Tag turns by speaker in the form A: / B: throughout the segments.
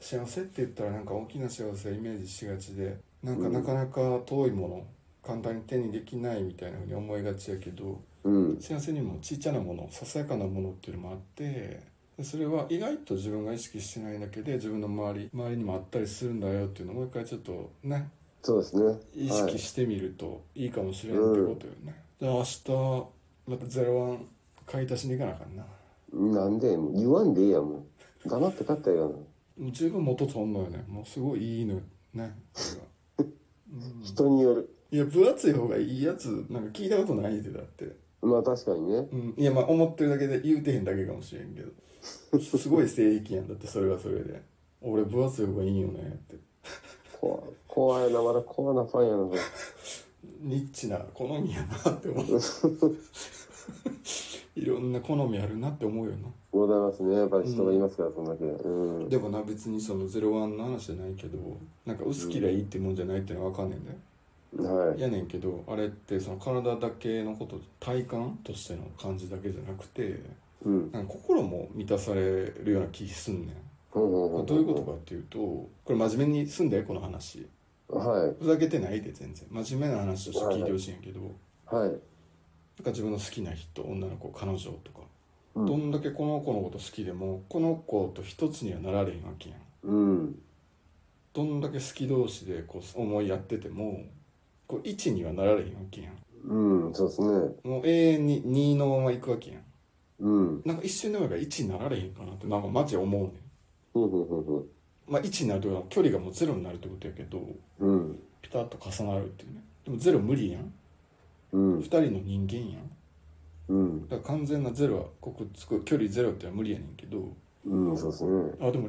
A: 幸せって言ったらなんか大きな幸せをイメージしがちでなんかなかなか遠いもの簡単に手にできないみたいなふうに思いがちやけど
B: うん
A: 幸せにもちっちゃなものささやかなものっていうのもあってでそれは意外と自分が意識してないだけで自分の周り周りにもあったりするんだよっていうのをもう一回ちょっとね
B: そうですね
A: 意
B: は
A: 識
B: い、
A: してみるといいかもしれんってことよね、じゃあ明日またゼロワン買い足しに行かなあかんな
B: なんでもう言わんでええやんもう黙って買ったらええやん
A: もう十分元取んのよねもうすごいいいのよねそれはうん
B: 人による
A: いや分厚い方がいいやつなんか聞いたことないでだって、
B: まあ確かにね
A: うん、いやまあ思ってるだけで言うてへんだけかもしれんけどすごい正義やんだってそれはそれで俺分厚い方がいいよねって
B: 怖い怖いなまだコアなファンやなこれ
A: ニッチな好みやなって思う いろんな好みあるなって思うよな
B: ございますねやっぱり人がいますから、そんだけうん
A: でもな別にそのゼロワンの話じゃないけどなんか薄けりゃいいってもんじゃないってのは分かんねんだよ
B: はい
A: やねんけどあれってその体だけのこと体感としての感じだけじゃなくて
B: うん
A: なんか心も満たされるような気すんねん
B: ほんほんほん
A: どういうことかっていうとこれ真面目にすんだよこの話
B: はい
A: ふざけてないで全然真面目な話として聞いてほしいんやけどなん
B: はい
A: か自分の好きな人女の子彼女とか
B: うん
A: どんだけこの子のこと好きでもこの子と一つにはなられへんわけやん
B: うん
A: どんだけ好き同士でこう思いやっててもこう1にはなられへんわけやん
B: うんそうですね
A: もう永遠に2のまま行くわけやん
B: うん
A: なんか一瞬でもいいから1になられへんかなってなんかマジ思うねん
B: ふんふんふんふん
A: まあ1になるというのは距離がもうゼロになるってことやけど
B: うん
A: ピタッと重なるっていうねでもゼロ無理やん
B: うん
A: 2人の人間やん
B: うん
A: だから完全なゼロはここつく距離ゼロってのは無理やねんけど
B: うんそうですね
A: あでも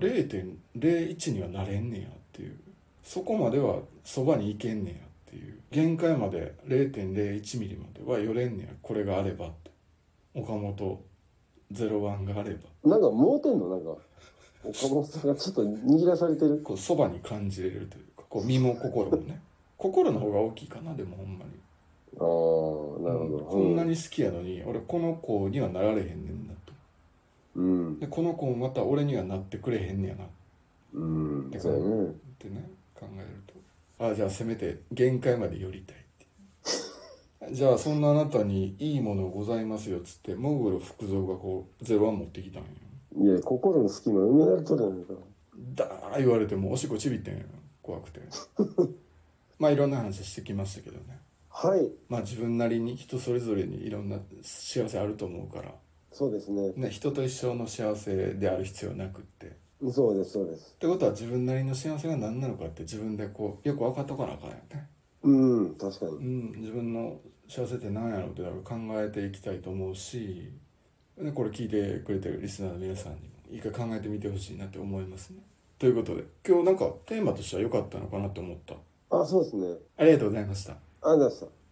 A: 0.01にはなれんねやっていうそこまではそばに行けんねやっていう限界まで0.01ミリまでは寄れんねやこれがあればって岡本01があれば
B: なんか盲点のなんか岡本さんがちょっと握らされてる
A: こうそばに感じれるというかこう身も心もね心の方が大きいかなでもほんまに
B: ああなるほ
A: うん
B: ど
A: こんなに好きやのに俺この子にはなられへんねんなと
B: うん
A: でこの子もまた俺にはなってくれへんねやなっ
B: うん
A: で
B: そうやね
A: てね考えるとあじゃあせめて限界まで寄りたいっていう じゃあそんなあなたにいいものございますよっつってモーグル福蔵がこうゼロワン持ってきたんよ
B: いや心の隙間埋められとるやないか
A: だー言われてもうおしっこちびってんよ怖くて まあいろんな話してきましたけどね
B: はい
A: まあ自分なりに人それぞれにいろんな幸せあると思うから、
B: そうですね
A: ね、人と一緒の幸せである必要はなくって。っ
B: そうですそうです
A: てことは自分なりの幸せが何なのかって自分でこうよく分かっとかなあかんよね。
B: うん確か
A: う
B: に
A: ん、自分の幸せって何やろうってだから考えていきたいと思うし、ね、これ聞いてくれてるリスナーの皆さんにも一回考えてみてほしいなって思いますね。ということで今日なんかテーマとしては良かったのかなと思った。
B: あそうですね
A: ありがとうございました。
B: ありがとうございました